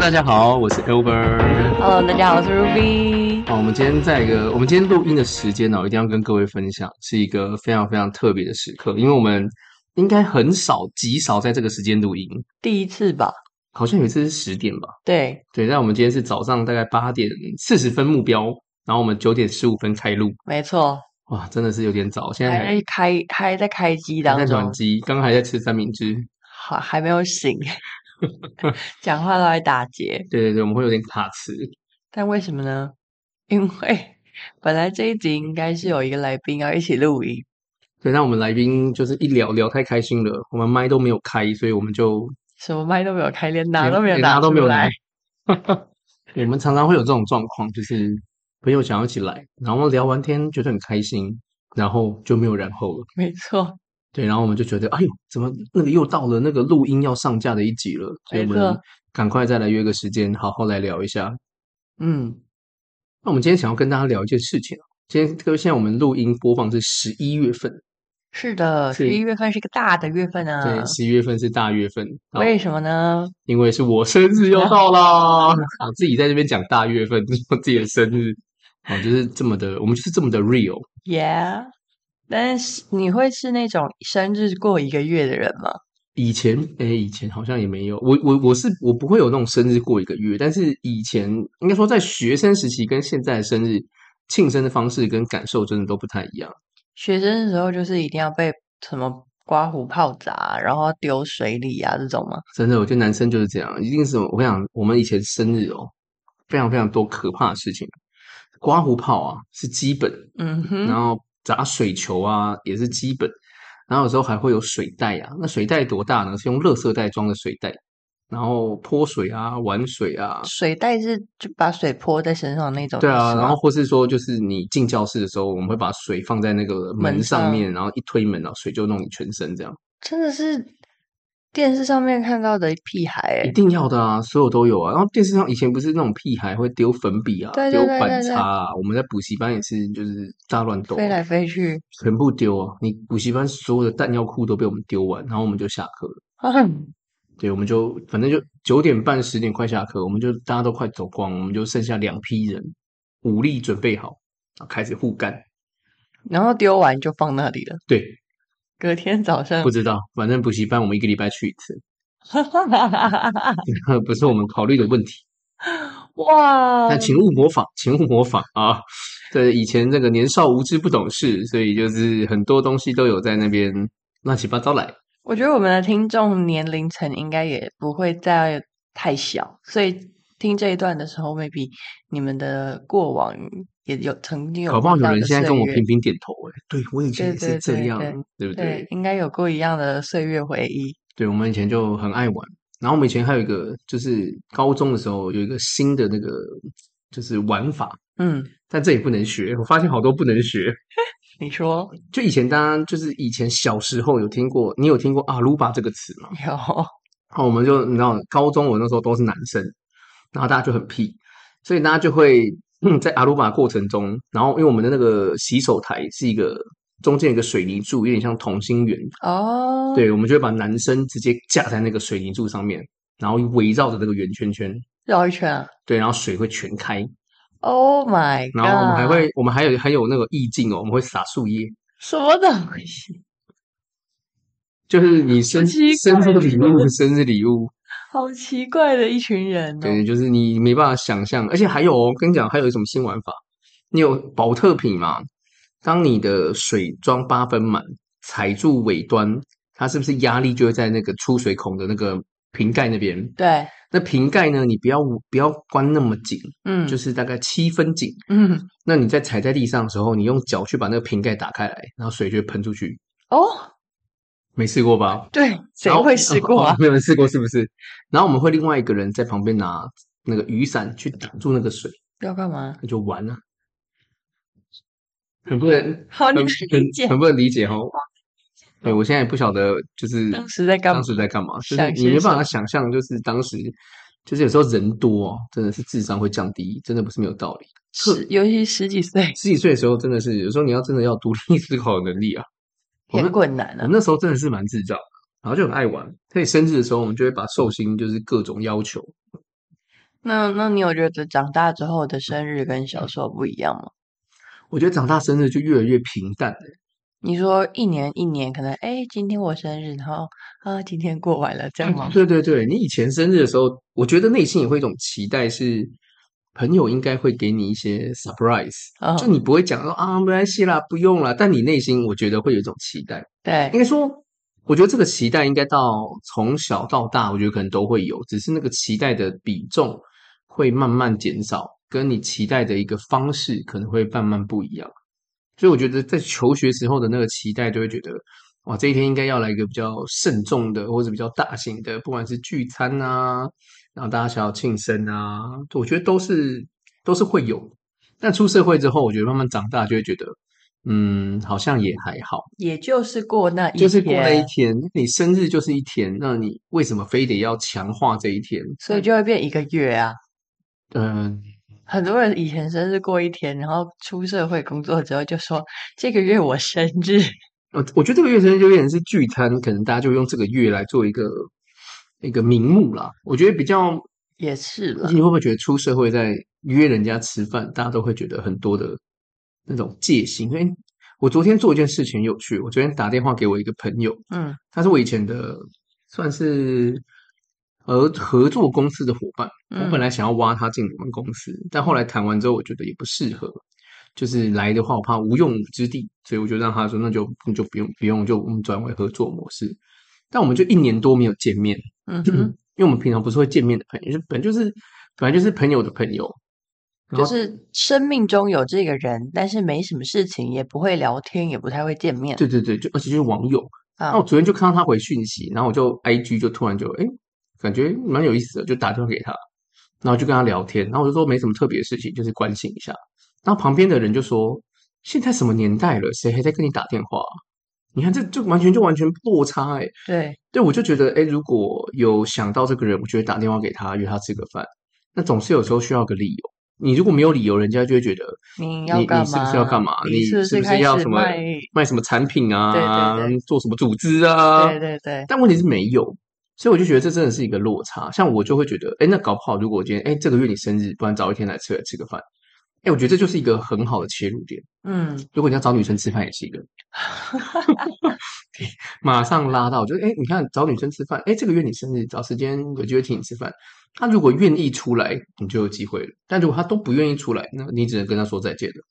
大家好，我是 Albert。 Hello，大呃家好，我是 Ruby。好，我们今天在一个，我们今天录音的时间呢、一定要跟各位分享，是一个非常非常特别的时刻，因为我们应该很少、极少在这个时间录音，第一次吧？好像有一次是十点吧？对，对，但我们今天是早上大概八点四十分目标，然后我们九点十五分开录，没错，哇，真的是有点早，现在哎还还在开还在开机还在当暖中，机，刚刚还在吃三明治，还还没有 醒，讲话都在打结，对对对，我们会有点卡词，但为什么呢？因为本来这一集应该是有一个来宾要一起录音，对，那我们来宾就是一聊聊太开心了，我们麦都没有开，所以我们就什么麦都没有开，连拿连都没有连拿拿都没有出来拿。我们常常会有这种状况，就是朋友想要一起来，然后聊完天觉得很开心，然后就没有然后了。没错，对，然后我们就觉得，哎呦，怎么那个又到了那个录音要上架的一集了？所以我没们错赶快再来约个时间，好好来聊一下。嗯，那我们今天想要跟大家聊一件事情啊，今天各位，现在我们录音播放是十一月份，是的，是十一月份是个大的月份啊。对，十一月份是大月份，然后为什么呢？因为是我生日又到啦，我自己在这边讲大月份，我自己的生日，哦，就是这么的，我们就是这么的 real。 Yeah，但是你会是那种生日过一个月的人吗？以前，诶，以前好像也没有，我我我是我不会有那种生日过一个月，但是以前应该说在学生时期跟现在的生日庆生的方式跟感受真的都不太一样。学生的时候就是一定要被什么刮胡泡砸，然后丢水里啊这种吗？真的，我觉得男生就是这样，一定是我跟你讲，我们以前生日哦，非常非常多可怕的事情，刮胡泡啊是基本，嗯然哼，后砸水球啊也是基本，然后有时候还会有水袋啊。那水袋多大呢？是用垃圾袋装的水袋，然后泼水啊、玩水啊，水袋是就把水泼在身上那种意对思吗。啊，然后或是说就是你进教室的时候，我们会把水放在那个门门上上面，然后一推门，然啊后水就弄你全身这样，真的是电视上面看到的屁孩欸、一定要的啊，所有都有啊。然后电视上以前不是那种屁孩会丢粉笔啊，对对丢对板对对擦啊，我们在补习班也是就是大乱斗啊、欸飞来飞去，全部丢啊！你补习班所有的弹药库都被我们丢完，然后我们就下课了。啊对，我们就反正就九点半十点快下课，我们就大家都快走光，我们就剩下两批人，武力准备好，然后开始互干。然后丢完就放那里了。对，隔天早上不，知道，反正补习班我们一个礼拜去一次， 不是我们考虑的问题。 哇但，请勿模仿，请勿模仿啊！对，以前这个年少无知不懂事，所以就是很多东西都有在那边乱七八糟来。我觉得我们的听众年龄层应该也不会再太小，所以听这一段的时候，maybe 你们的过往也有曾经有搞不好过有这样人的现在跟岁我月频频点头、欸，对我以前对也是对这对样，对不对，应该有过一样的岁月回忆。对，我们以前就很爱玩，然后我们以前还有一个，就是高中的时候有一个新的那个就是玩法，嗯，但这也不能学。我发现好多不能学。你说 就以前当然就是以前小时候有听过，你有听过阿鲁巴这个词吗？有然后我们就你知道，高中我那时候都是男生，然后大家就很屁，所以大家就会嗯在阿鲁巴过程中，然后因为我们的那个洗手台是一个中间有一个水泥柱，有点像同心圆，哦，，对，我们就会把男生直接架在那个水泥柱上面，然后围绕着这个圆圈圈，绕一圈啊对，然后水会全开， ，Oh my god！然后我们还啊会，我们还有还有那个意境哦，我们会撒树叶，什么东西？就是你生奇怪哦生日礼物，生日礼物，好奇怪的一群人哦。对，就是你没办法想象，而且还有哦，跟你讲，还有什么新玩法？你有保特瓶嘛？当你的水装八分满，踩住尾端，它是不是压力就会在那个出水孔的那个瓶盖那边？对，那瓶盖呢，你不要不要关那么紧，嗯，就是是大概七分紧。嗯，那你在踩在地上的时候，你用脚去把那个瓶盖打开来，然后水就会喷出去。哦，没试过吧？对，谁然后会试过 哦啊？没有人试过是不是？然后我们会另外一个人在旁边拿那个雨伞去挡住那个水，要干嘛？那就完了。很不能，好，很哦你理解很很不能理解哦。对，我现在也不晓得，就是当时在干嘛当？时在干嘛，就是想你没些办什法么想象，就是当时，就是有时候人多哦，真的是智商会降低，真的不是没有道理。十，尤其十几岁十几岁的时候，真的是有时候你要真的要独立思考的能力啊。 我很们嗯困难我啊。那时候真的是蛮智障，然后就很爱玩。所以生日的时候，我们就会把寿星就是各种要求，那那你有觉得长大之后的生日跟小时候不一样吗？我觉得长大生日就越来越平淡了。你说一年一年可能，哎，今天我生日，然后啊，今天过完了，这样吗？对对对，你以前生日的时候，我觉得内心也会有一种期待是，朋友应该会给你一些 surprise，、嗯就你不会讲说啊没关系啦，不用啦，但你内心我觉得会有一种期待。应对，该说，我觉得这个期待应该到从小到大，我觉得可能都会有，只是那个期待的比重会慢慢减少，跟你期待的一个方式可能会慢慢不一样。所以我觉得在求学时候的那个期待，就会觉得哇，这一天应该要来一个比较慎重的，或者比较大型的，不管是聚餐啊，然后大家想要庆生啊，我觉得都是都是会有。但出社会之后，我觉得慢慢长大就会觉得，嗯，好像也还好。也就是过那一就是过那一天天，你生日就是一天，那你为什么非得要强化这一天？所以就会变一个月啊。嗯、很多人以前生日过一天，然后出社会工作之后就说这个月我生日，呃我我觉得这个月生日就变成是聚餐，可能大家就用这个月来做一个一个名目啦。我觉得比较，也是了你。会不会觉得出社会在约人家吃饭，大家都会觉得很多的那种戒心？因为我昨天做一件事情很有趣，我昨天打电话给我一个朋友，嗯他是我以前的算是合合作公司的伙伴。我嗯，本来想要挖他进我们公司，但后来谈完之后，我觉得也不适合，就是来的话，我怕无用武之地，所以我就让他说，那就那就不用不用，就我们转为合作模式。但我们就一年多没有见面，嗯哼，因为我们平常不是会见面的朋友，就是本就是本来就是朋友的朋友，然就后是生命中有这个人，但是没什么事情，也不会聊天，也不太会见面对哦对对，就而且就是网友。啊那我。昨天就看到他回讯息，然后我就 IG 就突然就哎，诶感觉蛮有意思的，就打电话给他，然后就跟他聊天，然后我就说没什么特别的事情，就是关心一下。然后旁边的人就说：“现在什么年代了，谁还在跟你打电话啊、你看这就完全就完全落差哎、诶对，对，我就觉得哎，诶如果有想到这个人，我就会打电话给他约他吃个饭。那总是有时候需要个理由。你如果没有理由，人家就会觉得你你要干嘛？你是不是要干嘛？你是不不开是要始什么卖卖什么产品啊？对对做什么组织啊？对对对，但问题是没有，所以我就觉得这真的是一个落差。像我就会觉得，哎，那搞不好如果我今天，哎，这个月你生日，不然早一天来吃来吃个饭。哎，我觉得这就是一个很好的切入点。嗯，如果你要找女生吃饭，也是一个 马上拉到，就是哎，诶你看找女生吃饭，哎，这个月你生日，找时间有机会请你吃饭。她如果愿意出来，你就有机会了；但如果她都不愿意出来，那你只能跟她说再见了。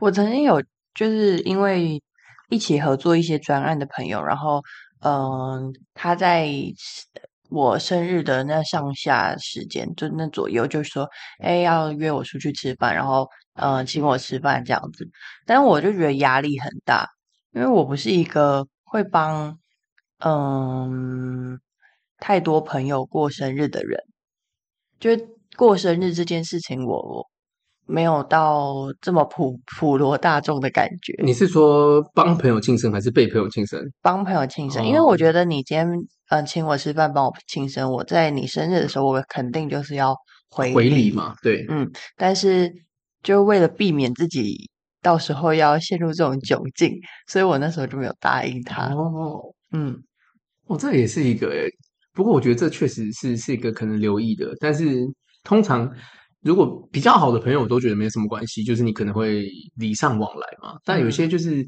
我曾经有就是因为一起合作一些专案的朋友，然后嗯、呃他在我生日的那上下时间，就那左右，就说，哎，要约我出去吃饭，然后嗯、呃请我吃饭这样子，但我就觉得压力很大，因为我不是一个会帮嗯太多朋友过生日的人，就是过生日这件事情我，我没有到这么普普罗大众的感觉。你是说帮朋友庆生，还是被朋友庆生？帮朋友庆生，因为哦我觉得你今天嗯、呃请我吃饭，帮我庆生，我在你生日的时候，我肯定就是要回回礼嘛，对。嗯，但是就为了避免自己到时候要陷入这种窘境，所以我那时候就没有答应他。哦，嗯，哦，这也是一个诶，不过我觉得这确实是是一个可能留意的，但是通常如果比较好的朋友，我都觉得没什么关系，就是你可能会礼尚往来嘛。但有嗯些就是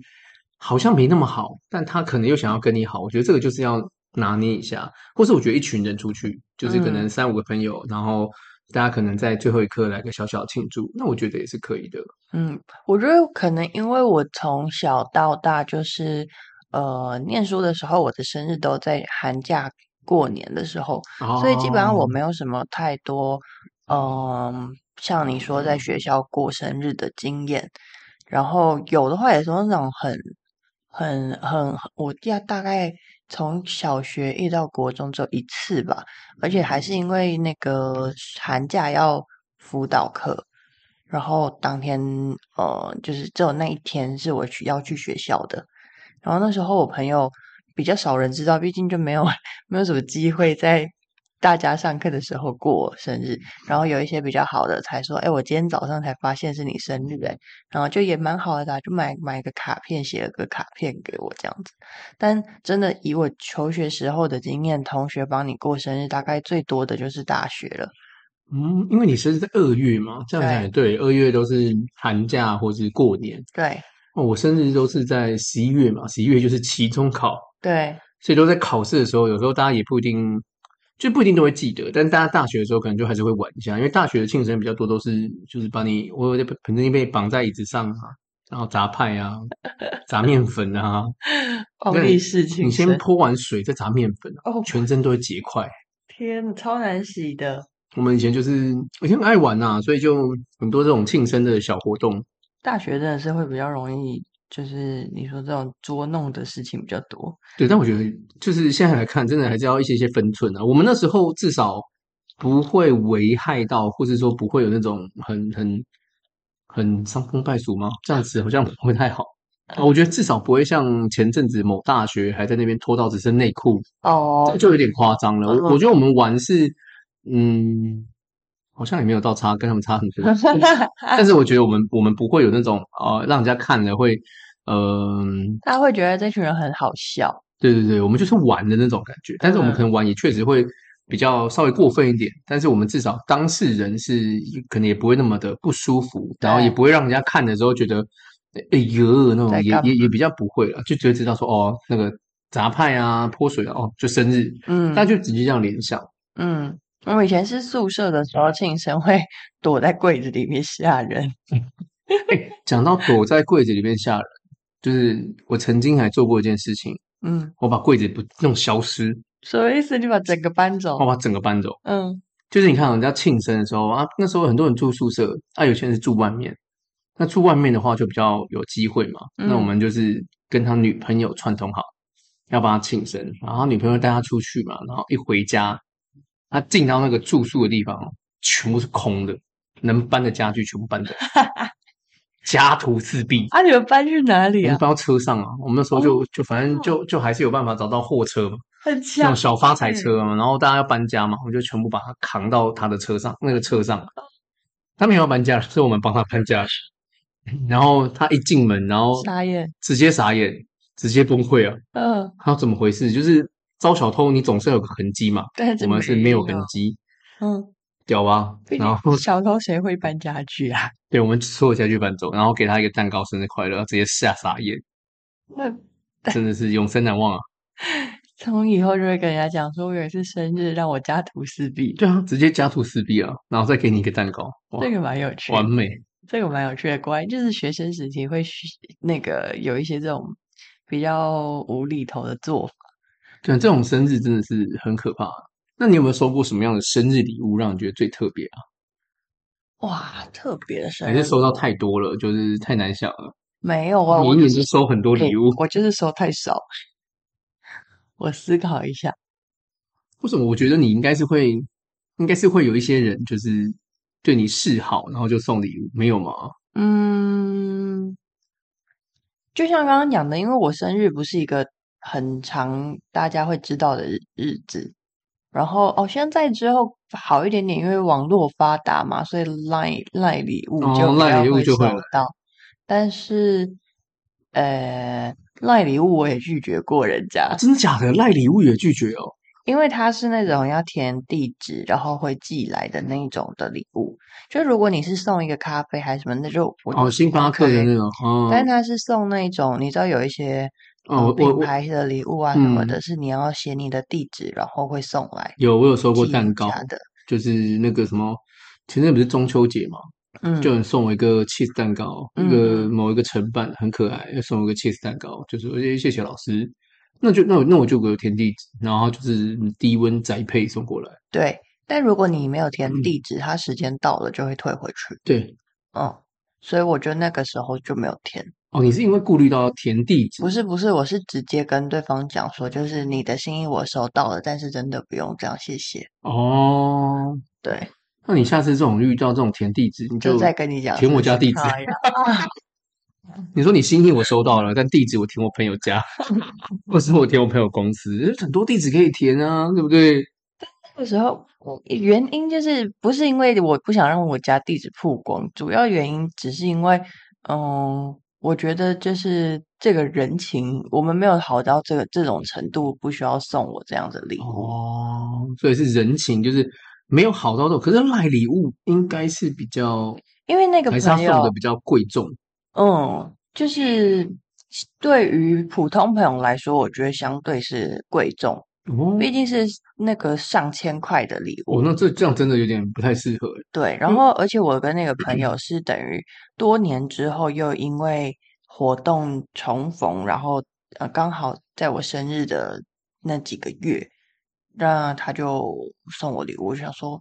好像没那么好，但他可能又想要跟你好，我觉得这个就是要拿捏一下，或是我觉得一群人出去，就是可能嗯三五个朋友，然后大家可能在最后一刻来个小小庆祝，那我觉得也是可以的。嗯，我觉得可能因为我从小到大就是呃念书的时候，我的生日都在寒假过年的时候，所以基本上我哦没有什么太多，嗯，像你说在学校过生日的经验，然后有的话也是那种很、很、很，我大大概从小学一直到国中只有一次吧，而且还是因为那个寒假要辅导课，然后当天呃，就是只有那一天是我去要去学校的，然后那时候我朋友比较少人知道，毕竟就没有 没有什么机会在大家上课的时候过生日。然后有一些比较好的才说：“哎，我今天早上才发现是你生日哎。”然后就也蛮好的啊、就买买个卡片，写了个卡片给我这样子。但真的以我求学时候的经验，同学帮你过生日大概最多的就是大学了。嗯，因为你生日在二月嘛，这样讲也对。二月都是寒假或是过年。对哦，我生日都是在十一月嘛，十一月就是期中考，对所以都在考试的时候，有时候大家也不一定，就不一定都会记得。但大家大学的时候可能就还是会玩一下，因为大学的庆生比较多都是就是把你我有在反正被绑在椅子上啊，然后砸派啊，砸面粉啊，暴那力事情你先生泼完水再砸面粉啊，哦，全身都会结块。天，超难洗的。我们以前就是以前很爱玩呐、所以就很多这种庆生的小活动。大学真的是会比较容易，就是你说这种捉弄的事情比较多。对，但我觉得就是现在来看，真的还是要一些一些分寸啊。我们那时候至少不会危害到，或是说不会有那种很很很伤风败俗吗？这样子好像不太好。啊我觉得至少不会像前阵子某大学还在那边脱到只剩内裤，哦这就有点夸张了。我我觉得我们玩是，嗯，好像也没有到差，跟他们差很 多。但是我觉得我们我们不会有那种呃，让人家看了会，呃，他会觉得这群人很好笑。对对对，我们就是玩的那种感觉。但是我嗯们可能玩也确实会比较稍微过分一点，但是我们至少当事人是可能也不会那么的不舒服，然后也不会让人家看的时候觉得哎呦那在种，也干嘛也也比较不会了，就只会知道说哦那个杂派啊泼水啊哦就生日，嗯，大家就直接这样联想。嗯，我以前是宿舍的时候，庆生会 躲在柜子里面吓人。哎，讲到躲在柜子里面吓人，就是我曾经还做过一件事情，嗯，我把柜子不弄消失。什么意思？你把整个搬走我？把整个搬走。嗯，就是你看人家庆生的时候啊，那时候很多人住宿舍，啊，有些人是住外面。那住外面的话就比较有机会嘛。嗯那我们就是跟他女朋友串通好，要帮他庆生，然后他女朋友带他出去嘛，然后一回家，他进到那个住宿的地方，哦全部是空的，能搬的家具全部搬走，家徒四壁。啊，你们搬去哪我里们啊？搬到车上啊，我们那时候就、就反正就就还是有办法找到货车嘛。很那强种小发财车嘛，然后大家要搬家嘛，我们就全部把它扛到他的车上，那个车上。他没有要搬家，是我们帮他搬家。 然后他一进门，然后傻眼。直接傻眼，直接崩溃啊！嗯，他怎么回事？就是招小偷，你总是有个痕迹嘛。但是我们是没有痕迹，嗯，屌吧？毕然后 竟小偷谁会搬家具啊？ 对我们所有家具搬走，然后给他一个蛋糕，生日快乐，直接吓傻眼，那真的是永生难忘啊！从以后就会跟人家讲说，我有一次生日让我家徒四壁，对啊，直接家徒四壁啊，然后再给你一个蛋糕，哇这，个蛮有趣的。完美。这个蛮有趣的，果然就是学生时期会学那个有一些这种比较无厘头的做法。对，啊这种生日真的是很可怕。那你有没有收过什么样的生日礼物让你觉得最特别啊？哇，特别的生还日是收到太多了，就是太难想了。没有啊？你我一就年是就收很多礼物，我就是收太少。 我思考一下，为什么？我觉得你应该是会，应该是会有一些人就是对你示好，然后就送礼物，没有吗？嗯，就像刚刚讲的，因为我生日不是一个很长大家会知道的日日子，然后哦，现在之后好一点点，因为网络发达嘛，所以 Line Line 礼物哦就比 LINE 较礼物会就收会来到，但是呃，Line 礼物我也拒绝过人家，啊真的假的？赖礼物也拒绝哦。因为它是那种要填地址，然后会寄来的那一种的礼物。就如果你是送一个咖啡还是什么，那就我就哦，星巴克的 OK 那种，哦但是它是送那种，你知道有一些呃哦，我品我牌的礼物啊什么嗯的，是你要写你的地址，然后会送来有我有收过寄蛋你糕，家的。就是那个什么，前阵不是中秋节嘛，嗯，就有人送我一个 cheese 蛋糕，嗯一个嗯某一个承办很可爱，又送我一个 cheese 蛋糕，就是我谢谢谢老师，那就那我那我就给我填地址，然后就是低温宅配送过来。对。但如果你没有填嗯地址，它时间到了就会退回去。对，嗯，所以我觉得那个时候就没有填。哦，你是因为顾虑到填地址不，是不是，我是直接跟对方讲说，就是你的心意我收到了，但是真的不用这样，谢谢。哦，对，那你下次这种遇到这种填地址，你就再跟你讲填说我家是地址他呀你说你心意我收到了，但地址我填我朋友 家，或是我填我朋友公司，很多地址可以填啊，对不对？那个时候，我原因就是不是因为我不想让我家地址曝光，主要原因只是因为，嗯，我觉得就是这个人情，我们没有好到这个这种程度，不需要送我这样的礼物。哦，所以是人情，就是没有好到的，可是赖礼物应该是比较，因为那个还是他朋送友的，比较贵重。嗯，就是对于普通朋友来说，我觉得相对是贵重，哦毕竟是那个上千块的礼物。哦，那这这样真的有点不太适合欸。对，然嗯后而且我跟那个朋友是等于多年之后又因为活动重逢，然后呃刚好在我生日的那几个月，那他就送我礼物，我就想说，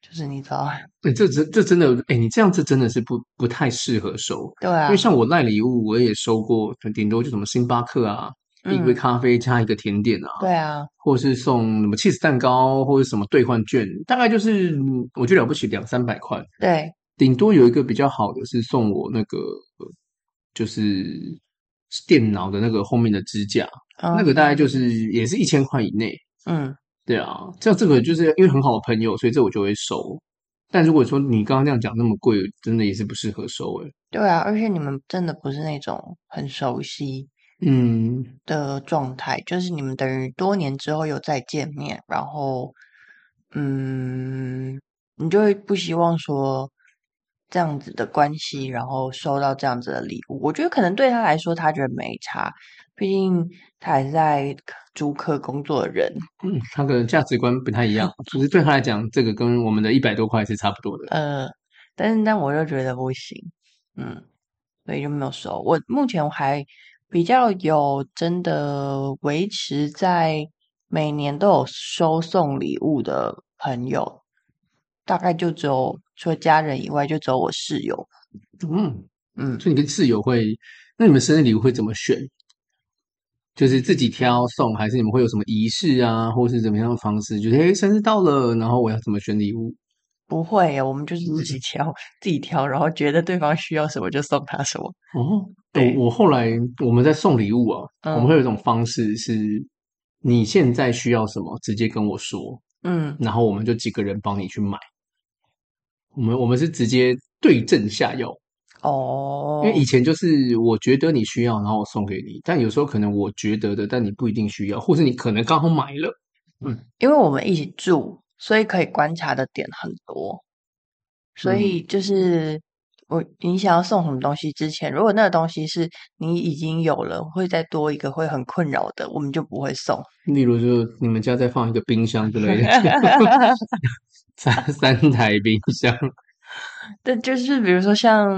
就是你知道， 欸这真这真的，哎、你这样子真的是不不太适合收，对啊，因为像我赖礼物，我也收过，顶多就什么星巴克啊，一杯嗯咖啡加一个甜点啊，对啊，或是送什么 cheese 蛋糕，或者什么兑换券，大概就是嗯我觉得了不起两三百块，对，顶多有一个比较好的是送我那个呃就是电脑的那个后面的支架，嗯、那个大概就是也是一千块以内，嗯对啊，像这个就是因为很好的朋友，所以这我就会收。但如果说你刚刚那样讲那么贵，真的也是不适合收欸诶、对啊，而且你们真的不是那种很熟悉嗯，的状态，就是你们等于多年之后又再见面，然后，嗯，你就会不希望说这样子的关系，然后收到这样子的礼物。我觉得可能对他来说，他觉得没差，毕竟他还是在租客工作的人。嗯，他可能价值观不太一样，就是对他来讲，这个跟我们的一百多块是差不多的。呃，但是但我就觉得不行，嗯，所以就没有收。我目前还比较有真的维持在每年都有收送礼物的朋友，大概就只有除了家人以外，就只有我室友。嗯，嗯，所以你跟室友会，那你们生日礼物会怎么选？就是自己挑送，还是你们会有什么仪式啊，或是怎么样的方式？就是诶、哎生日到了，然后我要怎么选礼物？不会耶，我们就是自嗯己挑， 自己挑，然后觉得对方需要什么就送他什么。哦，对我我后来我们在送礼物啊，嗯我们会有一种方式是，你现在需要什么，直接跟我说，嗯然后我们就几个人帮你去买。我们我们是直接对症下药，哦因为以前就是我觉得你需要，然后我送给你，但有时候可能我觉得的，但你不一定需要，或是你可能刚好买了。因为我们一起住，所以可以观察的点很多。所嗯以就是我，你想要送什么东西之前，如果那个东西是你已经有了，会再多一个会很困扰的，我们就不会送。例如就你们家再放一个冰箱之类的， 三三台冰箱，对，就是比如说像，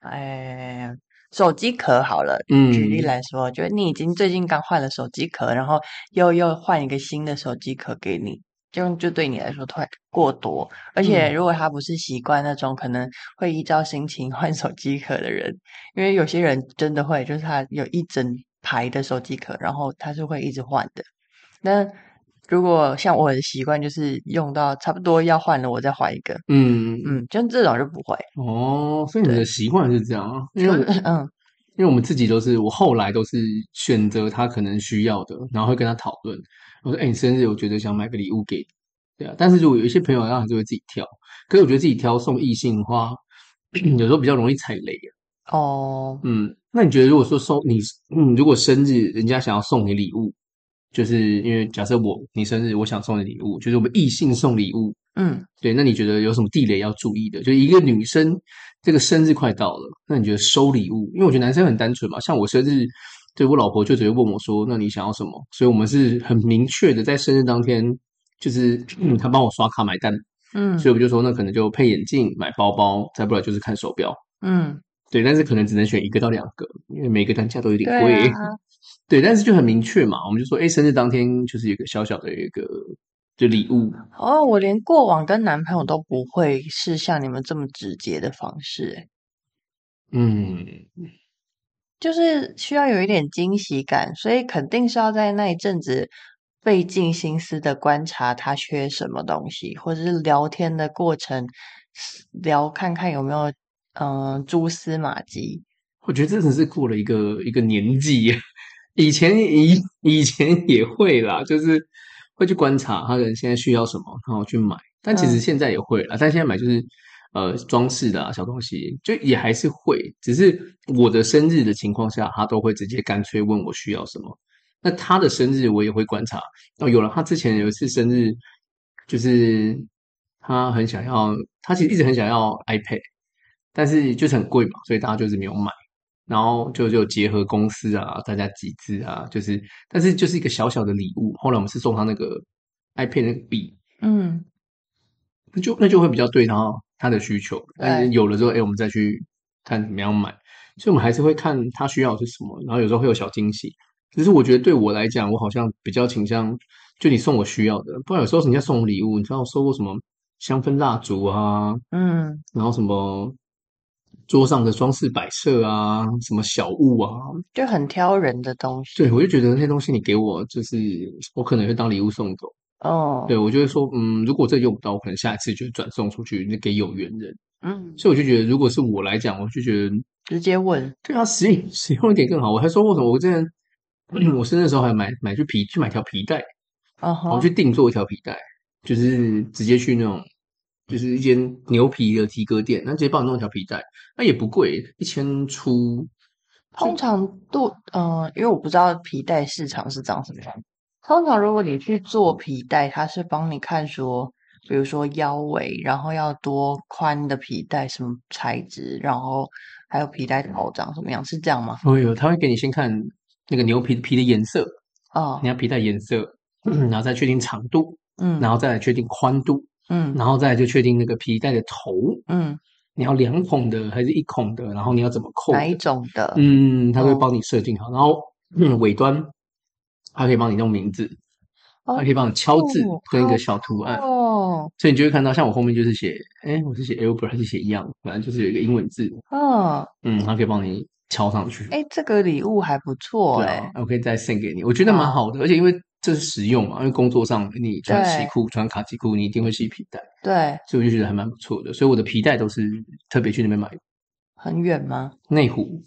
哎，手机壳好了。嗯，举例来说，就是你已经最近刚换了手机壳，然后又又换一个新的手机壳给你，这样就对你来说太过多。而且嗯如果他不是习惯那种可能会依照心情 换手机壳的人，因为有些人真的会，就是他有一整排的手机壳，然后他是会一直换的。那如果像我的习惯，就是用到差不多要换了，我再换一个。嗯嗯，像这种就不会。哦，所以你们的习惯是这样啊，因为我 嗯因为我们自己都是，我后来都是选择他可能需要的，然后会跟他讨论。我说：“哎、你生日，我觉得想买个礼物给你。”对啊，但是如果有一些朋友，他还是会自己挑。可是我觉得自己挑送异性的话， 有时候比较容易踩雷啊。哦，嗯，那你觉得如果说送你，嗯，如果生日人家想要送你礼物，就是因为假设我你生日，我想送你礼物，就是我们异性送礼物，嗯，对，那你觉得有什么地雷要注意的？就是一个女生，这个生日快到了，那你觉得收礼物？因为我觉得男生很单纯嘛，像我生日，对我老婆就直接问我说：“那你想要什么？”所以我们是很明确的，在生日当天，就是、嗯、她帮我刷卡买单，嗯所以我就说那可能就配眼镜、买包包，再不然就是看手表。嗯，对，但是可能只能选一个到两个，因为每个单价都有点对贵。啊，对，但是就很明确嘛，我们就说，哎，生日当天就是有一个小小的一个就礼物，哦，我连过往跟男朋友都不会是像你们这么直接的方式欸，嗯，就是需要有一点惊喜感，所以肯定是要在那一阵子费尽心思的观察他缺什么东西，或者是聊天的过程聊看看有没有嗯、呃蛛丝马迹。我觉得真的是过了一个一个年纪耶，以前以以前也会啦，就是会去观察他人现在需要什么，然后去买。但其实嗯现在也会啦，但现在买就是呃装饰的啊小东西，就也还是会，只是我的生日的情况下，他都会直接干脆问我需要什么。那他的生日我也会观察，哦，有了，他之前有一次生日，就是他很想要，他其实一直很想要 iPad，但是就是很贵嘛，所以大家就是没有买。然后就就结合公司啊，大家集资啊，就是但是就是一个小小的礼物。后来我们是送他那个 iPad 那个笔，嗯，那就那就会比较对他他的需求。但是对有了之后，哎、我们再去看怎么样买。所以我们还是会看他需要的是什么，然后有时候会有小惊喜。只是我觉得对我来讲，我好像比较倾向就你送我需要的，不然有时候人家送我礼物，你知道我收过什么香氛蜡烛啊，嗯，然后什么桌上的装饰摆设啊，什么小物啊，就很挑人的东西。对我就觉得那些东西你给我，就是我可能会当礼物送走。哦，对我就会说，嗯，如果这用不到，我可能下一次就转送出去，就给有缘人。嗯，所以我就觉得，如果是我来讲，我就觉得直接问，对啊，实用 实用一点更好。我还说过什么，我之前我生日的时候还买买去皮去买条皮带，啊然后哈，去定做一条皮带，就是直接去那种就是一间牛皮的皮革店，那直接帮你弄一条皮带，那也不贵，一千出。通常都，嗯、因为我不知道皮带市场是长什么样。通常如果你去嗯做皮带，它是帮你看说，比如说腰围，然后要多宽的皮带，什么材质，然后还有皮带头长什么样，是这样吗？哦有，他会给你先看那个牛皮皮的颜色，哦你，要皮带颜色， 然后再确定长度，嗯，然后再来确定宽度，嗯然后再来就确定那个皮带的头，嗯，你要两孔的还是一孔的，然后你要怎么扣的哪一种的？嗯，他会哦帮你设定好，然后、嗯、尾端他可以帮你弄名字，哦他可以帮你敲字哦跟一好个小图案，哦，所以你就会看到，像我后面就是写，哎，我是写 Albert 还是写 Young，反正就是有一个英文字，哦，嗯，他可以帮你敲上去。哎，这个礼物还不错对哎啊，，我可以再 send 给你，我觉得蛮哇好的，而且因为这是实用嘛，因为工作上你穿西对裤、穿卡其裤，你一定会系皮带，对，所以我就觉得还蛮不错的，所以我的皮带都是特别去那边买的很远吗？内湖，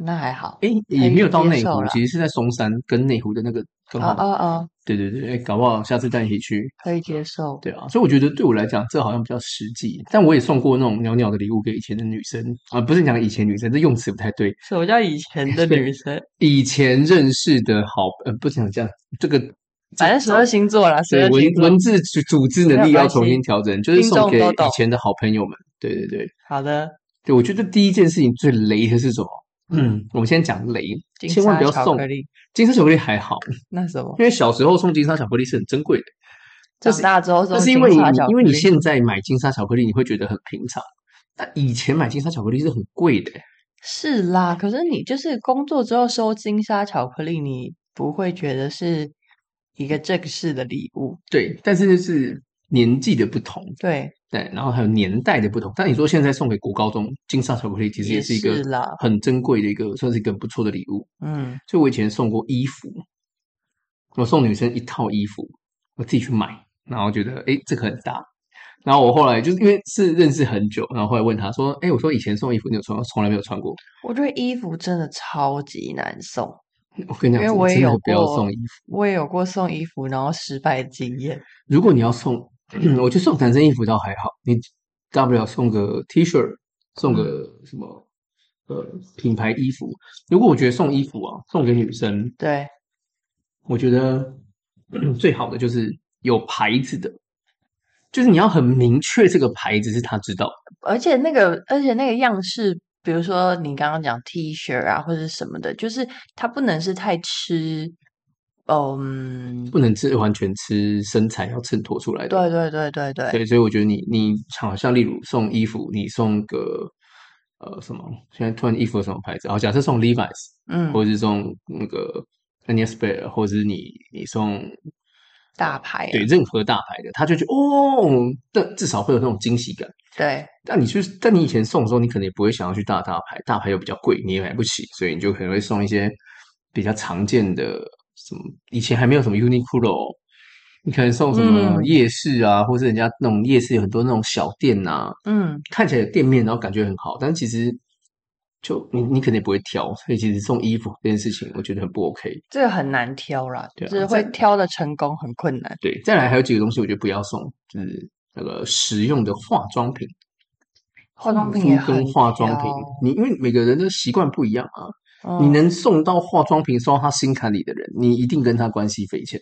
那还好。哎，可也以没有到接内受湖啦，其实是在松山跟内湖的那个刚哦好哦哦，对对对，哎，搞不好下次带你一起去。可以接受。对啊，所以我觉得对我来讲，这好像比较实际。但我也送过那种袅袅的礼物给以前的女生啊，不是讲以前女生，这用词不太对。什么叫以前的女生？以前认识的好，呃，不想这样，这个反正十二星座啦，十所以二文星座。文字组组织能没力有要关重系新调整，就是听送众给都懂以前的好朋友们。对对对，好的，对，我觉得第一件事情最雷的是什么？嗯，我们先讲雷，金千万沙不要巧送克力金沙巧克力还好，那什 么？因为小时候送金沙巧克力是很珍贵的。这长是大之后那送是因金为你沙巧克力，因为你现在买金沙巧克力，你会觉得很平常。但以前买金沙巧克力是很贵的、是啦，可是你就是工作之后收金沙巧克力，你不会觉得是一个正式的礼物，对。但是就是年纪的不同，对，对，然后还有年代的不同。但你说现在送给国高中金沙巧克力，其实也是一个是啦很珍贵的一个，算是一个不错的礼物。嗯，所以我以前送过衣服，我送女生一套衣服，我自己去买，然后觉得诶这个很搭。然后我后来就是因为是认识很久，然后后来问他说：“诶我说以前送衣服你有穿吗？从来没有穿过。我觉得衣服真的超级难送，我跟你讲，因为我也真的有不要过送衣服。我也有过送衣服然后失败的经验，如果你要送， 我觉得送男生衣服倒还好，你大不了送个 T 恤，送个嗯什么呃品牌衣服。如果我觉得送衣服啊，送给女生，对，我觉得最好的就是有牌子的，就是你要很明确这个牌子是他知道的。而且那个，而且那个样式，比如说你刚刚讲 T 恤啊，或者什么的，就是它不能是太吃，嗯，不能吃完全吃身材要衬托出来的。对对对对对，对，所以我觉得你你好像例如送衣服，你送个呃什么？现在突然衣服有什么牌子？哦，假设送 Levi's，嗯，或者是送那个 a n i s b e r 或者是你你送大牌啊，对任何大牌的，他就觉得哦，但至少会有那种惊喜感。对但你去，但你以前送的时候，你可能也不会想要去大大牌，大牌又比较贵，你也买不起，所以你就可能会送一些比较常见的什么，以前还没有什么 Uniqlo，你可能送什么嗯夜市啊，或是人家那种夜市有很多那种小店啊，嗯，看起来有店面，然后感觉很好，但其实就你你肯定不会挑，所以其实送衣服这件事情，我觉得很不 OK。这个很难挑啦，对啊就是会这挑的成功很困难。对，再来还有几个东西，我觉得不要送，就是那个实用的化妆品、化妆品护也肤跟很化妆品挑，你因为每个人的习惯不一样啊，嗯你能送到化妆品送到他心坎里的人，你一定跟他关系匪浅。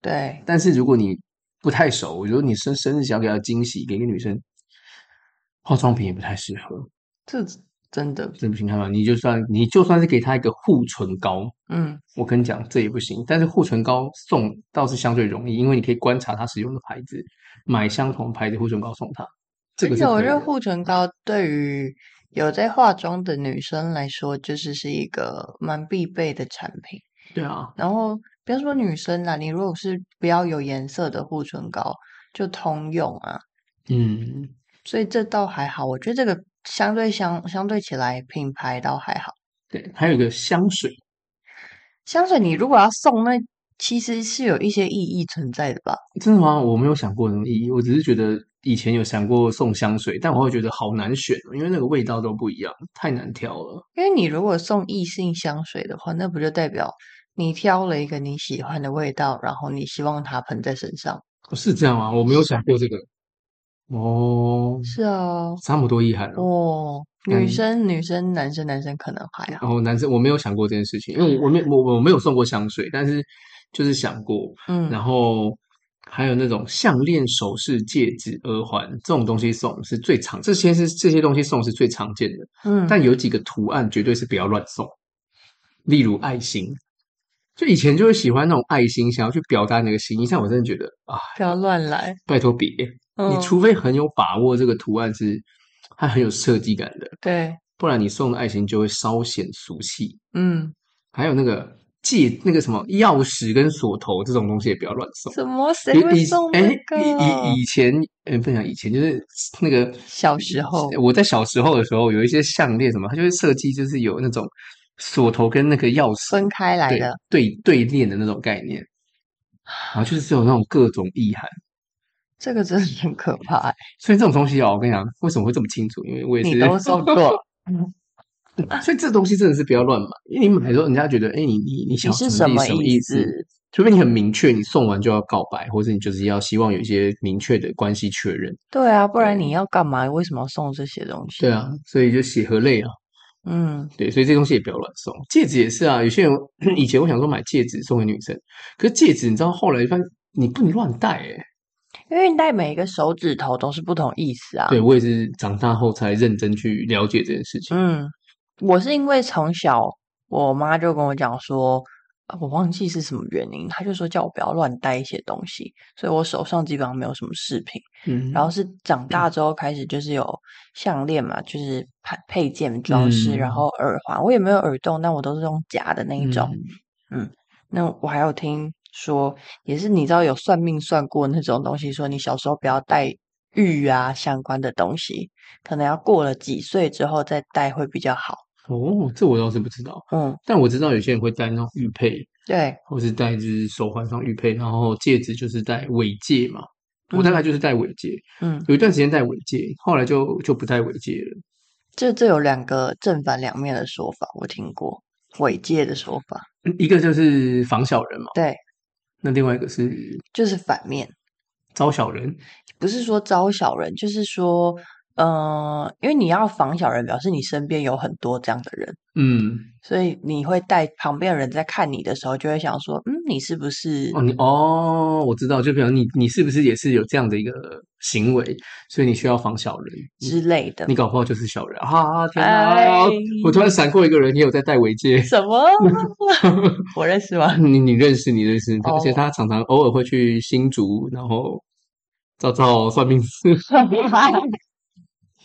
对但是如果你不太熟，我觉得你生生日想要给她惊喜，给一个女生化妆品也不太适合，这真的，这不行，看吧？你就算你就算是给她一个护唇膏，嗯，我跟你讲，这也不行。但是护唇膏送倒是相对容易，因为你可以观察她使用的牌子，买相同牌子护唇膏送她。这个而是且我可以觉得的护唇膏对于有在化妆的女生来说，就是是一个蛮必备的产品。对啊，然后不要说女生啦，你如果是不要有颜色的护唇膏，就通用啊。嗯，所以这倒还好，我觉得这个相对相相对起来，品牌倒还好。对。还有一个香水，香水你如果要送，那其实是有一些意义存在的吧？真的吗？我没有想过这种意义，我只是觉得以前有想过送香水，但我会觉得好难选哦，因为那个味道都不一样，太难挑了。因为你如果送异性香水的话，那不就代表你挑了一个你喜欢的味道，然后你希望它喷在身上？哦是这样吗？我没有想过这个。哦，是啊，这么多遗憾哦。哦，嗯女生女生男生男生可能还好，然哦后男生我没有想过这件事情，因为我我没我我没有送过香水，但是就是想过，嗯然后还有那种项链、首饰、戒指、耳环这种东西送是最常，这些是这些东西送是最常见的，嗯，但有几个图案绝对是不要乱送，例如爱心。就以前就会喜欢那种爱心，想要去表达那个心意，但我真的觉得啊，不要乱来，拜托别，嗯，你除非很有把握这个图案是它很有设计感的，对，不然你送的爱心就会稍显俗气。 嗯，还有那个戒那个什么钥匙跟锁头这种东西也不要乱送。什么谁以会以送哎那以个以？以前呃不讲以前就是那个小时候我在小时候的时候有一些项链什么，它就会设计就是有那种锁头跟那个钥匙分开来对的，对对链的那种概念，然后就是有那种各种意涵。这个真的很可怕欸。所以这种东西哦，我跟你讲，为什么会这么清楚？因为我也是你都送过，所以这东西真的是不要乱买，因为你买的时候，人家觉得，哎、你你 你你想要是传递么什么意思？除非你很明确，你送完就要告白，或者你就是要希望有一些明确的关系确认。对啊，不然你要干嘛？为什么要送这些东西？对，啊，所以就血和泪啊，嗯，对，所以这东西也不要乱送。戒指也是啊，有些人 以前我想说买戒指送给女生，可是戒指你知道后来发现你不能乱戴哎、因为你戴每一个手指头都是不同意思啊。对我也是长大后才认真去了解这件事情。嗯，我是因为从小我妈就跟我讲说，呃我忘记是什么原因，她就说叫我不要乱带一些东西，所以我手上基本上没有什么饰品。嗯，然后是长大之后开始就是有项链嘛，就是配配件装饰，然嗯后耳环，我也没有耳洞，但我都是用夹的那一种。嗯那我还有听说，也是你知道有算命算过那种东西，说你小时候不要带玉啊相关的东西，可能要过了几岁之后再带会比较好。哦，这我倒是不知道，嗯，但我知道有些人会戴那种玉佩，对，或是戴就是手环上玉佩，然后戒指就是戴尾戒嘛。我大概就是戴尾戒，嗯，有一段时间戴尾戒，后来就就不戴尾戒了。这这有两个正反两面的说法，我听过尾戒的说法，嗯一个就是防小人嘛，对，那另外一个是就是反面，招小人。不是说招小人，就是说，呃，因为你要防小人，表示你身边有很多这样的人。嗯，所以你会带旁边的人在看你的时候，就会想说，嗯，你是不是哦，你哦，我知道，就比方你你是不是也是有这样的一个行为，所以你需要防小人。之类的你？搞不好就是小人啊！天哪哎，我突然闪过一个人，也有在戴尾戒。什么？我认识吗？ 你你认识你认识，哦而且他常常偶尔会去新竹，然后找找算命师。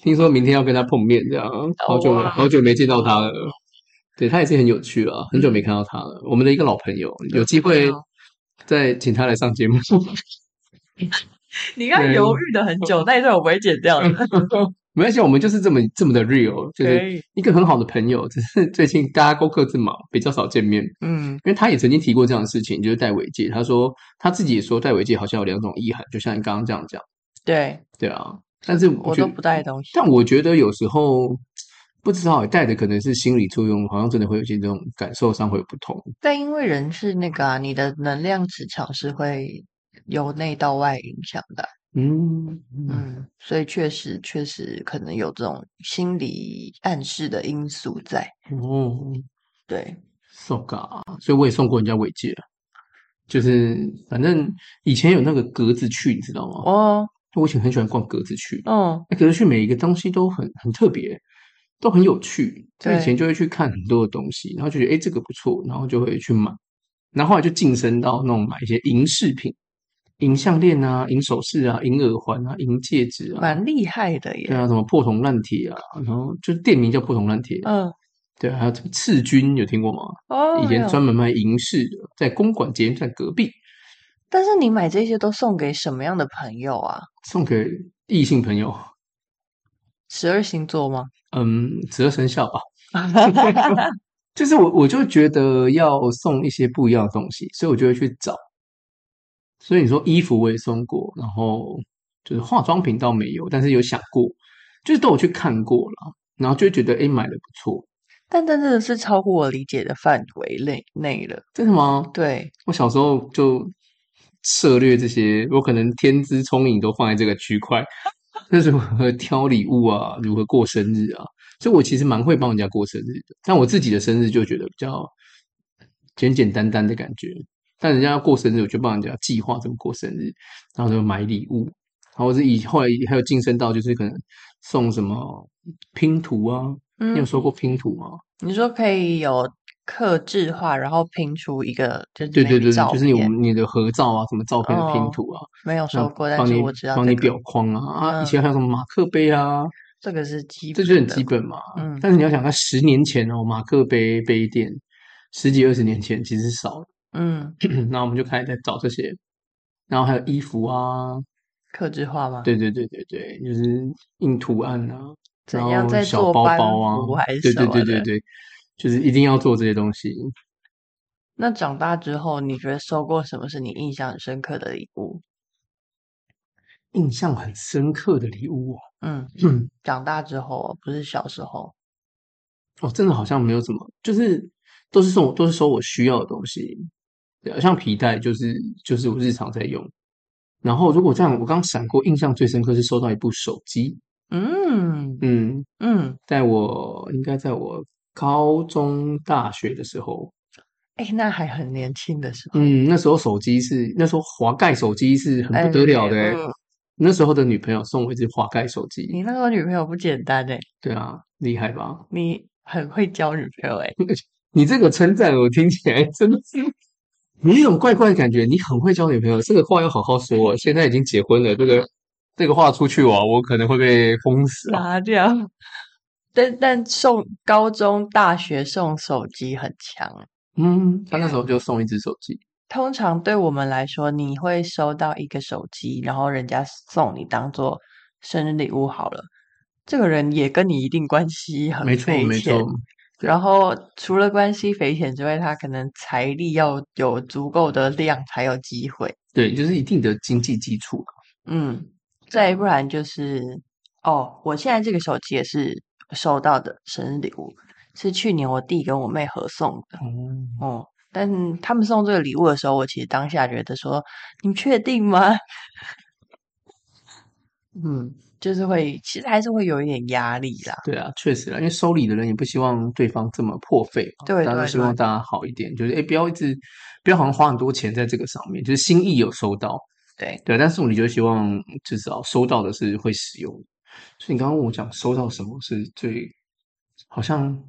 听说明天要跟他碰面，这样好久哇好久没见到他了。对他也是很有趣啊，很久没看到他了。我们的一个老朋友，有机会好再请他来上节目。 你刚犹豫了很久，那一段我不会剪掉嗯的。没关系，我们就是这么这么的 real，就可是以一个很好的朋友。 只是最近大家都各自忙，比较少见面。嗯因为他也曾经提过这样的事情，就是戴尾戒。他说他自己也说戴尾戒好像有两种意涵，就像你刚刚这样讲，对，对啊。但是我觉都得不带东西。但我觉得有时候不知道戴的可能是心理作用，好像真的会有一些这种感受上会有不同。但因为人是那个啊，你的能量磁场是会由内到外影响的，啊嗯，嗯，所以确实确实可能有这种心理暗示的因素在，哦，对。送嘎，所以我也送过人家尾戒，啊就是反正以前有那个格子去，你知道吗？哦，我以前很喜欢逛格子去，嗯，那格子去每一个东西都很很特别，都很有趣。所以以对前就会去看很多的东西，然后就觉得哎这个不错，然后就会去买。然后后来就晋升到那种买一些银饰品、银项链啊、银首饰啊、银耳环啊、银戒指啊，蛮厉害的对耶。啊，什么破铜烂铁啊，然后就是店名叫破铜烂铁，嗯，对啊，还有什么赤军有听过吗？哦，以前哎呦专门卖银饰的，在公馆捷运站隔壁，但是你买这些都送给什么样的朋友啊？送给异性朋友，十二星座吗？ 嗯，十二生肖吧。 就是我我就觉得要送一些不一样的东西，所以我就会去找。所以你说衣服我也送过，然后就是化妆品倒没有，但是有想过，就是都有去看过了，然后就会觉得诶买的不错。但但真的是超乎我理解的范围内内了。真的吗？对，我小时候就涉略这些，我可能天资聪颖都放在这个区块，就是如何挑礼物啊，如何过生日啊，所以我其实蛮会帮人家过生日的。但我自己的生日就觉得比较简简单单的感觉，但人家要过生日，我就帮人家计划怎么过生日，然后就买礼物，然后是以后来还有晋升到就是可能送什么拼图啊，你有嗯，收过拼图吗？你说可以有克制化，然后拼出一个就是对对对 maybe 对，照就是你我片们你的合照啊，什么照片的拼哦图啊，没有收过，但帮是你我知道帮这你个表框啊啊，以嗯前还有什么马克杯啊，这个是基这本就很的基本嘛。嗯但是你要想，看十年前哦，马克杯杯垫，十几二十年前其实少了。 嗯，那我们就开始在找这些，然后还有衣服啊，克制化吗？，对对对对对，就是印图案啊，怎然样后在小做包班包服啊还，是对什对么对对的对，就是一定要做这些东西。那长大之后，你觉得收过什么是你印象很深刻的礼物？印象很深刻的礼物哦，嗯，嗯，长大之后哦不是小时候，哦，真的好像没有什么，就是都是送我，都是收我需要的东西，对，啊像皮带就是就是我日常在用。然后如果这样，我刚闪过，印象最深刻是收到一部手机，嗯嗯，嗯，在我应该在我高中大学的时候，哎，那还很年轻的时候，嗯，那时候手机是那时候滑盖手机是很不得了的哎欸、嗯那时候的女朋友送我一只滑盖手机，你那个女朋友不简单哎，对啊，厉害吧？你很会交女朋友哎，你这个称赞我听起来真的是，你有种怪怪的感觉，你很会交女朋友，这个话要好好说哦。现在已经结婚了，这个这个话出去哦，我可能会被封死啊。哪这样？ 但但送高中、大学送手机很强欸嗯，他那时候就送一只手机，通常对我们来说，你会收到一个手机，然后人家送你当做生日礼物好了。这个人也跟你一定关系很没错匪没浅错，，然后除了关系匪浅之外，他可能财力要有足够的量才有机会。对，就是一定的经济基础。啊嗯，再不然就是哦，我现在这个手机也是收到的生日礼物，是去年我弟跟我妹合送的。哦，哦，但他们送这个礼物的时候，我其实当下觉得说，你确定吗？ 嗯，就是会，其实还是会有一点压力啦。对啊，确实啊，因为收礼的人也不希望对方这么破费嘛，对大家都对希望对大家好一点，就是哎，不要一直不要好像花很多钱在这个上面，就是心意有收到，对，对，但是我你就希望至少收到的是会使用的。所以你刚刚问我讲收到什么是最，好像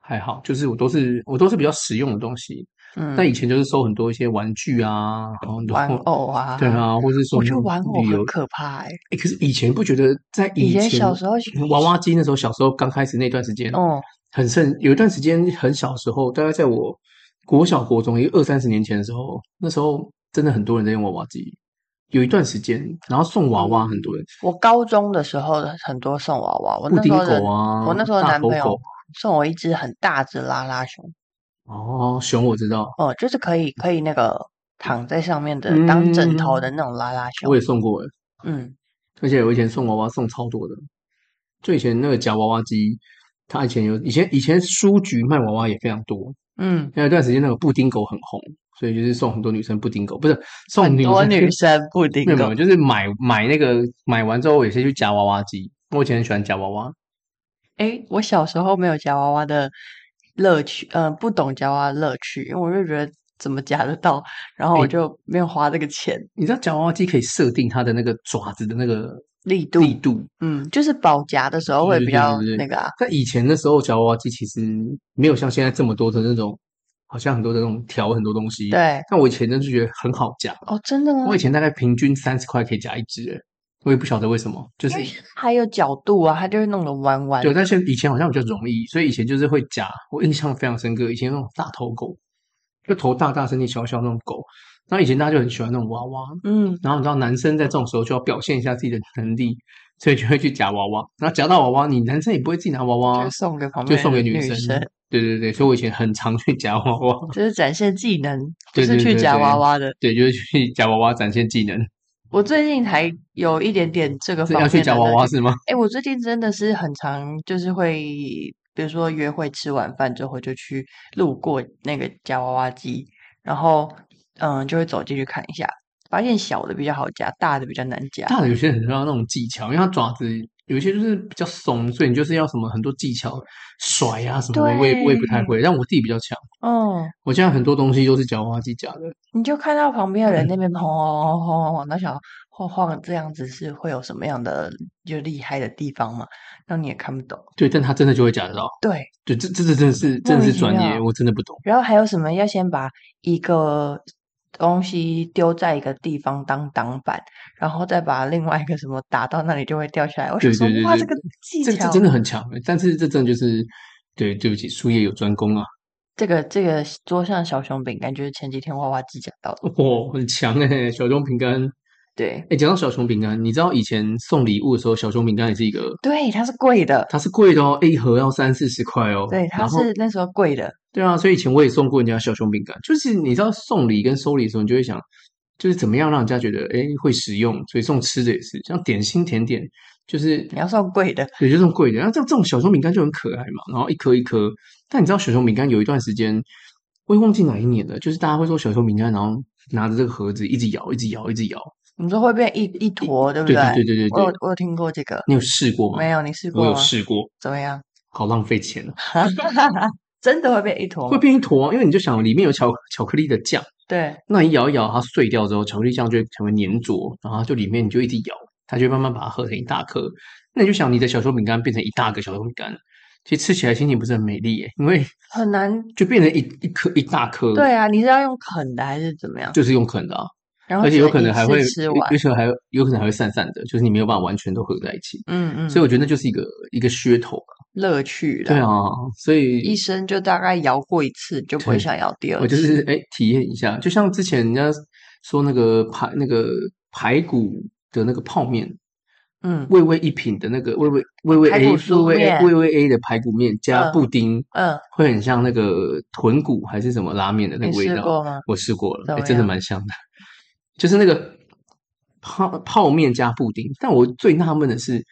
还好，就是我都是我都是比较实用的东西。嗯，但以前就是收很多一些玩具啊，然后很多玩偶啊，对，啊，或是说我觉得玩偶旅游很。可怕哎、诶可是以前不觉得在以前前小时候娃娃机那时候小时候刚开始那段时间，哦，很盛，有一段时间很小时候，大概在我国小国中，也二三十年前的时候，那时候真的很多人在用娃娃机，有一段时间，然后送娃娃很多人，我高中的时候很多送娃娃，我布那时丁候的、狗啊，我那时候的大男头朋友狗，送我一只很大只拉拉熊，哦，熊我知道，哦、就是可以可以那个躺在上面的当枕头的那种拉拉嗯熊我，也送过诶，嗯而且我以前送娃娃送超多的，就以前那个夹娃娃机，它以前有以前以前书局卖娃娃也非常多，嗯，那有一段时间那个布丁狗很红，所以就是送很多女生布丁狗，不是送很女多生女生布丁没有没狗有，，就是买买那个买完之后，我也是去夹娃娃机。我以前很喜欢夹娃娃，诶，我呃小时候没有夹娃娃的乐趣，嗯、不懂夹娃娃的乐趣，因为我就觉得怎么夹得到，然后我诶就没有花这个钱。你知道夹娃娃机可以设定它的那个爪子的那个力度，力度。嗯，就是保夹的时候会对对对比较对对那个啊，在以前的时候，夹娃娃机其实没有像现在这么多的那种，好像很多的那种调很多东西。对，但我以前真是觉得很好夹，哦，真的吗我？以前大概平均三十块可以夹一只，欸我也不晓得为什么，就是因为还有角度啊，它就会弄得弯弯对，。但是以前好像比较容易，所以以前就是会夹。我印象非常深刻，以前那种大头狗，就头大大、身体小小那种狗，然后以前大家就很喜欢那种娃娃，嗯，然后你知道男生在这种时候就要表现一下自己的能力，所以就会去夹娃娃，然后夹到娃娃，你男生也不会自己拿娃娃就，送给啊旁就边送给女女生。对对对，所以我以前很常去夹娃娃，就是展现技能，不对是对去对夹对娃娃的。对，就是去夹娃娃展现技能。我最近才有一点点这个是方面要去的夹乐娃娃趣是吗？哎、我最近真的是很常，就是会，比如说约会吃完饭之后就去路过那个夹娃娃机，然后嗯，就会走进去看一下，发现小的比较好夹，大的比较难夹。大的有些很需要那种技巧，因为它爪子有一些就是比较松，所以你就是要什么很多技巧甩啊什么的，我也我也不太会。但我自己比较强，嗯，我现在很多东西都是夹娃娃机夹的。你就看到旁边的人那边晃晃晃晃晃晃，那想晃晃这样子是会有什么样的就厉害的地方吗？那你也看不懂。对，但他真的就会夹得到。对，对，这这这真的是真的是专莫名其业，妙我真的不懂。然后还有什么要先把一个东西丢在一个地方当挡板，然后再把另外一个什么打到那里就会掉下来。我想对说，对对哇，对这个技这这巧，真的很强，但是这真的就是对，对不起，术业有专攻啊， 这个这个桌上小熊饼干就是前几天花花自己到的。哦，很强哎、小熊饼干。对哎，讲到小熊饼干，你知道以前送礼物的时候，小熊饼干也是一个，对，它是贵的，它是贵的哦，一盒要三四十块哦。对，它然后是那时候贵的。对啊，所以以前我也送过人家小熊饼干，就是你知道送礼跟收礼的时候，你就会想，就是怎么样让人家觉得哎会实用，所以送吃的也是，像点心甜点，就是你要送贵的，对，就这种贵一点。然后这这种小熊饼干就很可爱嘛，然后一颗一颗。但你知道小熊饼干有一段时间，我也忘记哪一年了，就是大家会说小熊饼干，然后拿着这个盒子一直摇，一直摇，一直摇。你说会变一一坨，对不对对对对对我有对，我有听过这个，你有试过吗？没有，你试过我吗？有试过，怎么样？好浪费钱啊！真的会变一坨会吗？变一坨啊，因为你就想里面有巧巧克力的酱，对，那你咬一咬它碎掉之后，巧克力酱就会成为粘着，然后它就里面你就一直咬，它就会慢慢把它合成一大颗。那你就想你的小熊饼干变成一大个小熊饼干，其实吃起来心情不是很美丽耶，因为很难就变成一一颗一大颗，对，啊，你是要用啃的还是怎么样？就是用啃的、啊，然后而且只有可一能还次会，吃有完而，且还有可能还会散散的，就是你没有办法完全都合在一起。嗯嗯，所以我觉得那就是一个一个噱头吧，乐趣啦对，啊，所一以生就大概摇过一次，就不会对想摇第二次。我就是哎体验一下，就像之前人家说那个排那个排骨的那个泡面，嗯味味一品的那个味味味味排 A 骨酥味味 A 面味味 A 的排骨面加嗯布丁，嗯，会很像那个豚骨还是什么拉面的那你个味试道。过吗？我试过了，怎哎、么真的样蛮香的，就是那个泡泡面加布丁。但我最纳闷的是，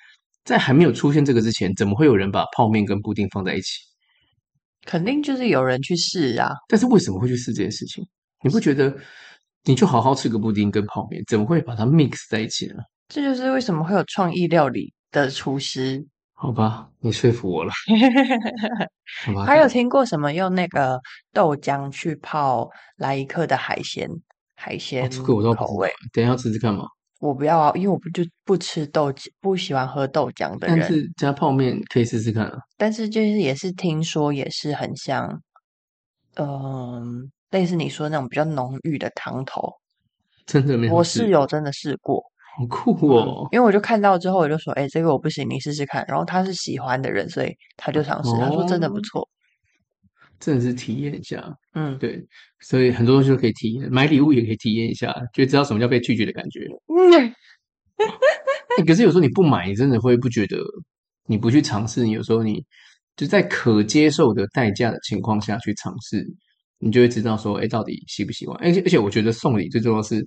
在还没有出现这个之前，怎么会有人把泡面跟布丁放在一起？肯定就是有人去试啊，但是为什么会去试这件事情？你不觉得你就好好吃个布丁跟泡面，怎么会把它 mix 在一起呢？这就是为什么会有创意料理的 厨师。好吧，你说服我了，啊好吧。还有听过什么用那个豆浆去泡来一克的海鲜海鲜哦这个我倒不口知道味？等一下吃吃看嘛。我不要啊，因为我不就不吃豆浆，不喜欢喝豆浆的但人。是加泡面可以试试看啊。但是就是也是听说也是很像，嗯、类似你说那种比较浓郁的汤头，真的没有我试室友真的试过，好酷嗯哦，因为我就看到之后我就说，哎、这个我不行，你试试看。然后他是喜欢的人，所以他就尝试，他说真的不哦错，真的是体验一下。嗯，对，所以很多东西都可以体验，买礼物也可以体验一下，就知道什么叫被拒绝的感觉。欸可是有时候你不买，你真的会不觉得，你不去尝试，有时候你就在可接受的代价的情况下去尝试，你就会知道说，哎、到底喜不喜欢。而且而且，我觉得送礼最重要是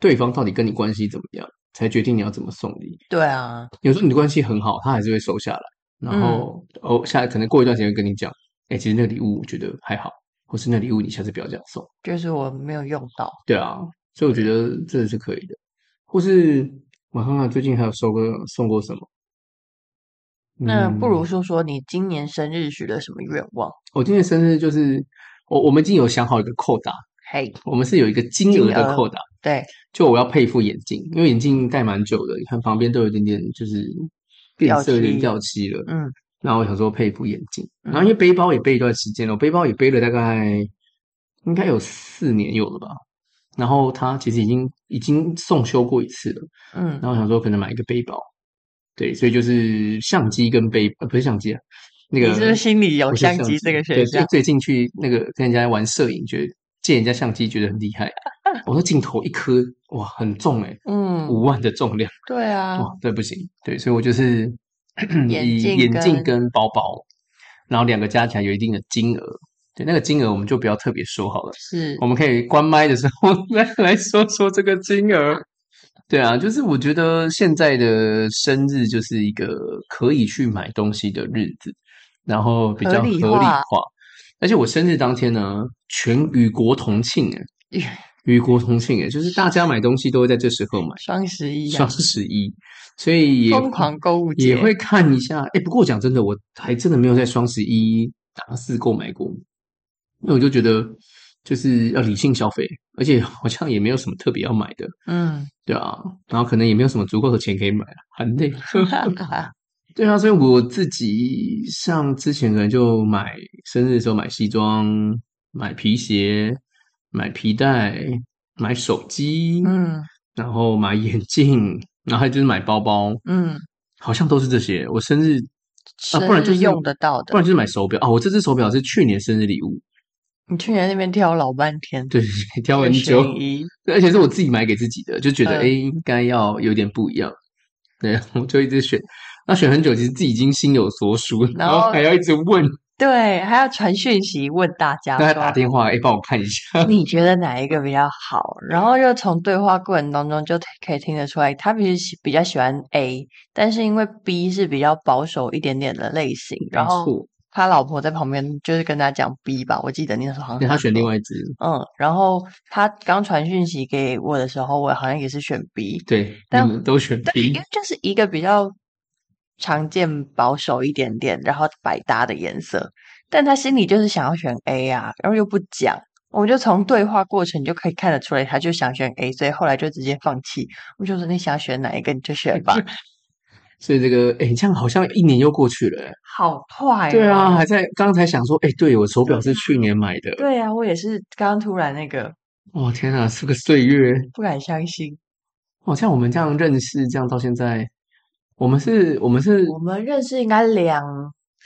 对方到底跟你关系怎么样，才决定你要怎么送礼。 对啊，有时候你的关系很好，他还是会收下来，然后、哦，下可能过一段时间跟你讲，哎、其实那个礼物我觉得还好，或是那礼物你下次不要这样送。就是我没有用到，对啊，所以我觉得这是可以的。或是我看看最近还有收过送过什么？那不如嗯说说你今年生日许了什么愿望？我今天生日就是我我们已经有想好一个扣打，嘿，我们是有一个金额的扣打，对，就我要配一副眼镜，因为眼镜戴蛮久的，你看旁边都有一点点就是变色，有点掉掉漆了。嗯，然后我想说配一副眼镜，嗯然后因为背包也背一段时间了，我背包也背了大概应该有四年有了吧。然后它其实已经已经送修过一次了，嗯然后想说可能买一个背包，对，所以就是相机跟背呃不是相机啊，那个你是不是心里有不是相机这个选对项最？最近去那个跟人家玩摄影，觉得借人家相机觉得很厉害，我说镜头一颗哇很重哎、嗯，五万的重量对啊哇，这不行，对，所以我就是 眼以镜眼镜跟跟包包，然后两个加起来有一定的金额，对，那个金额我们就不要特别说好了。是我，们可以关麦的时候 来来说说这个金额。对啊，就是我觉得现在的生日就是一个可以去买东西的日子，然后比较合合理理化化。而且我生日当天呢，全与国同庆诶，与国同庆诶，就是大家买东西都会在这时候买双十一啊双，十一，所以也疯狂购物节也会看一下。哎，不过讲真的，我还真的没有在双十一大肆购买过，因为我就觉得就是要理性消费，而且好像也没有什么特别要买的， 嗯，对啊，然后可能也没有什么足够的钱可以买，啊很累。嗯对啊，所以我自己像之前可能就买生日的时候买西装、买皮鞋、买皮带、买手机，嗯然后买眼镜，然后还有就是买包包，嗯，好像都是这些。我生日啊，生不然就日是用得到不的然。就是买手表啊。我这只手表是去年生日礼物，你去年那边挑老半天，对， 挑很二选久，一，而且是我自己买给自己的，就觉得嗯哎、诶应该要有点不一样。对，我就一直选，那选很久，其实自己已经心有所属，然然后后还要一直问，对，还要传讯息问大家大家打说电话，哎、帮我看一下。你觉得哪一个比较好？然后就从对话过程当中就可以听得出来，他比喜比较喜欢 A，但是因为 B 是比较保守一点点的类型，然后错，他老婆在旁边就是跟他讲 B 吧，我记得那时候好像对他是选说另外一只，嗯，然后他刚传讯息给我的时候，我好像也是选 B，对，但你们都选对， B 因。为就是一个比较常见、保守一点点，然后百搭的颜色，但他心里就是想要选 A 啊，然后又不讲，我们就从对话过程就可以看得出来，他就想选 A，所以后来就直接放弃。我就说你想选哪一个你就选吧，所以这个，哎、这样好像一年又过去了、诶 好快、哦对啊，，还在刚才想说，哎、对我手表是去年买的，对啊，我也是刚刚突然那个哇，天啊，是个岁月。不敢相信，好像我们这样认识，这样到现在，我们是，我们是，我们认识应该两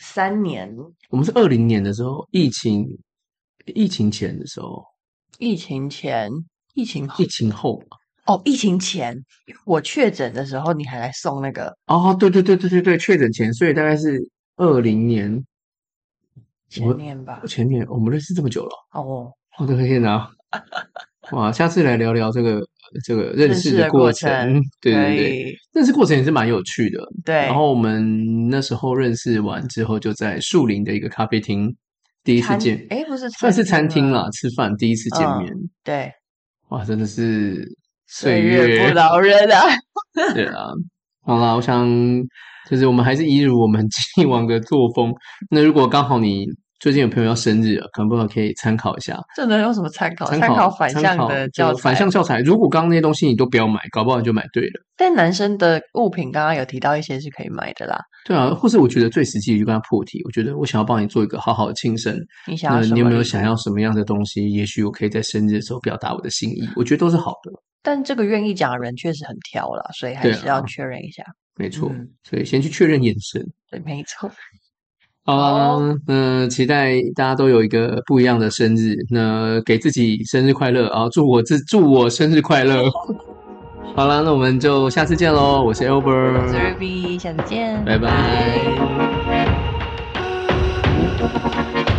三年，我们是二零年的时候，疫情，疫情前的时候，疫情前。疫情后疫情后吧哦，疫情前我确诊的时候，你还来送那个哦，对对对对对对，确诊前，所以大概是二零年我前面吧？前年，我们认识这么久了，哦，我的天哪！哇，下次来聊聊这个这个认认识识的的过过程，程对可对对，以，认识过程也是蛮有趣的。对，然后我们那时候认识完之后，就在树林的一个咖啡厅第一次餐见，哎，不是算是餐厅了，啦，吃饭第一次见面，对，哇，真的是岁嗯岁月月不饶人啊， 对啊。好啦，我想就是我们还是一如我们既 往的作风。那如果刚好你最近有朋友要生日了，可能不知道可以参考一下，这能有什么参考？哦参考反向的教就材，反向教材。如果刚刚那些东西你都不要买，搞不好你就买对了。但男生的物品刚刚有提到一些是可以买的啦，对啊，或是我觉得最实际的就跟他破题，我觉得我想要帮你做一个好好的庆生，你想那要什么？你有没有想？要什么样的东西？也许我可以在生日的时候表达我的心意，我觉得都是好的。但这个愿意讲的人确实很挑啦，所以还对是要啊确认一下。没错，嗯所以先去确认眼神。对，没错，好啦，嗯、期待大家都有一个不一样的生日。那给自己生日快乐啊！祝我自祝我生日快乐。 好啦，那我们就下次见喽。我是 Albert，我是 Ruby，下次见，拜拜。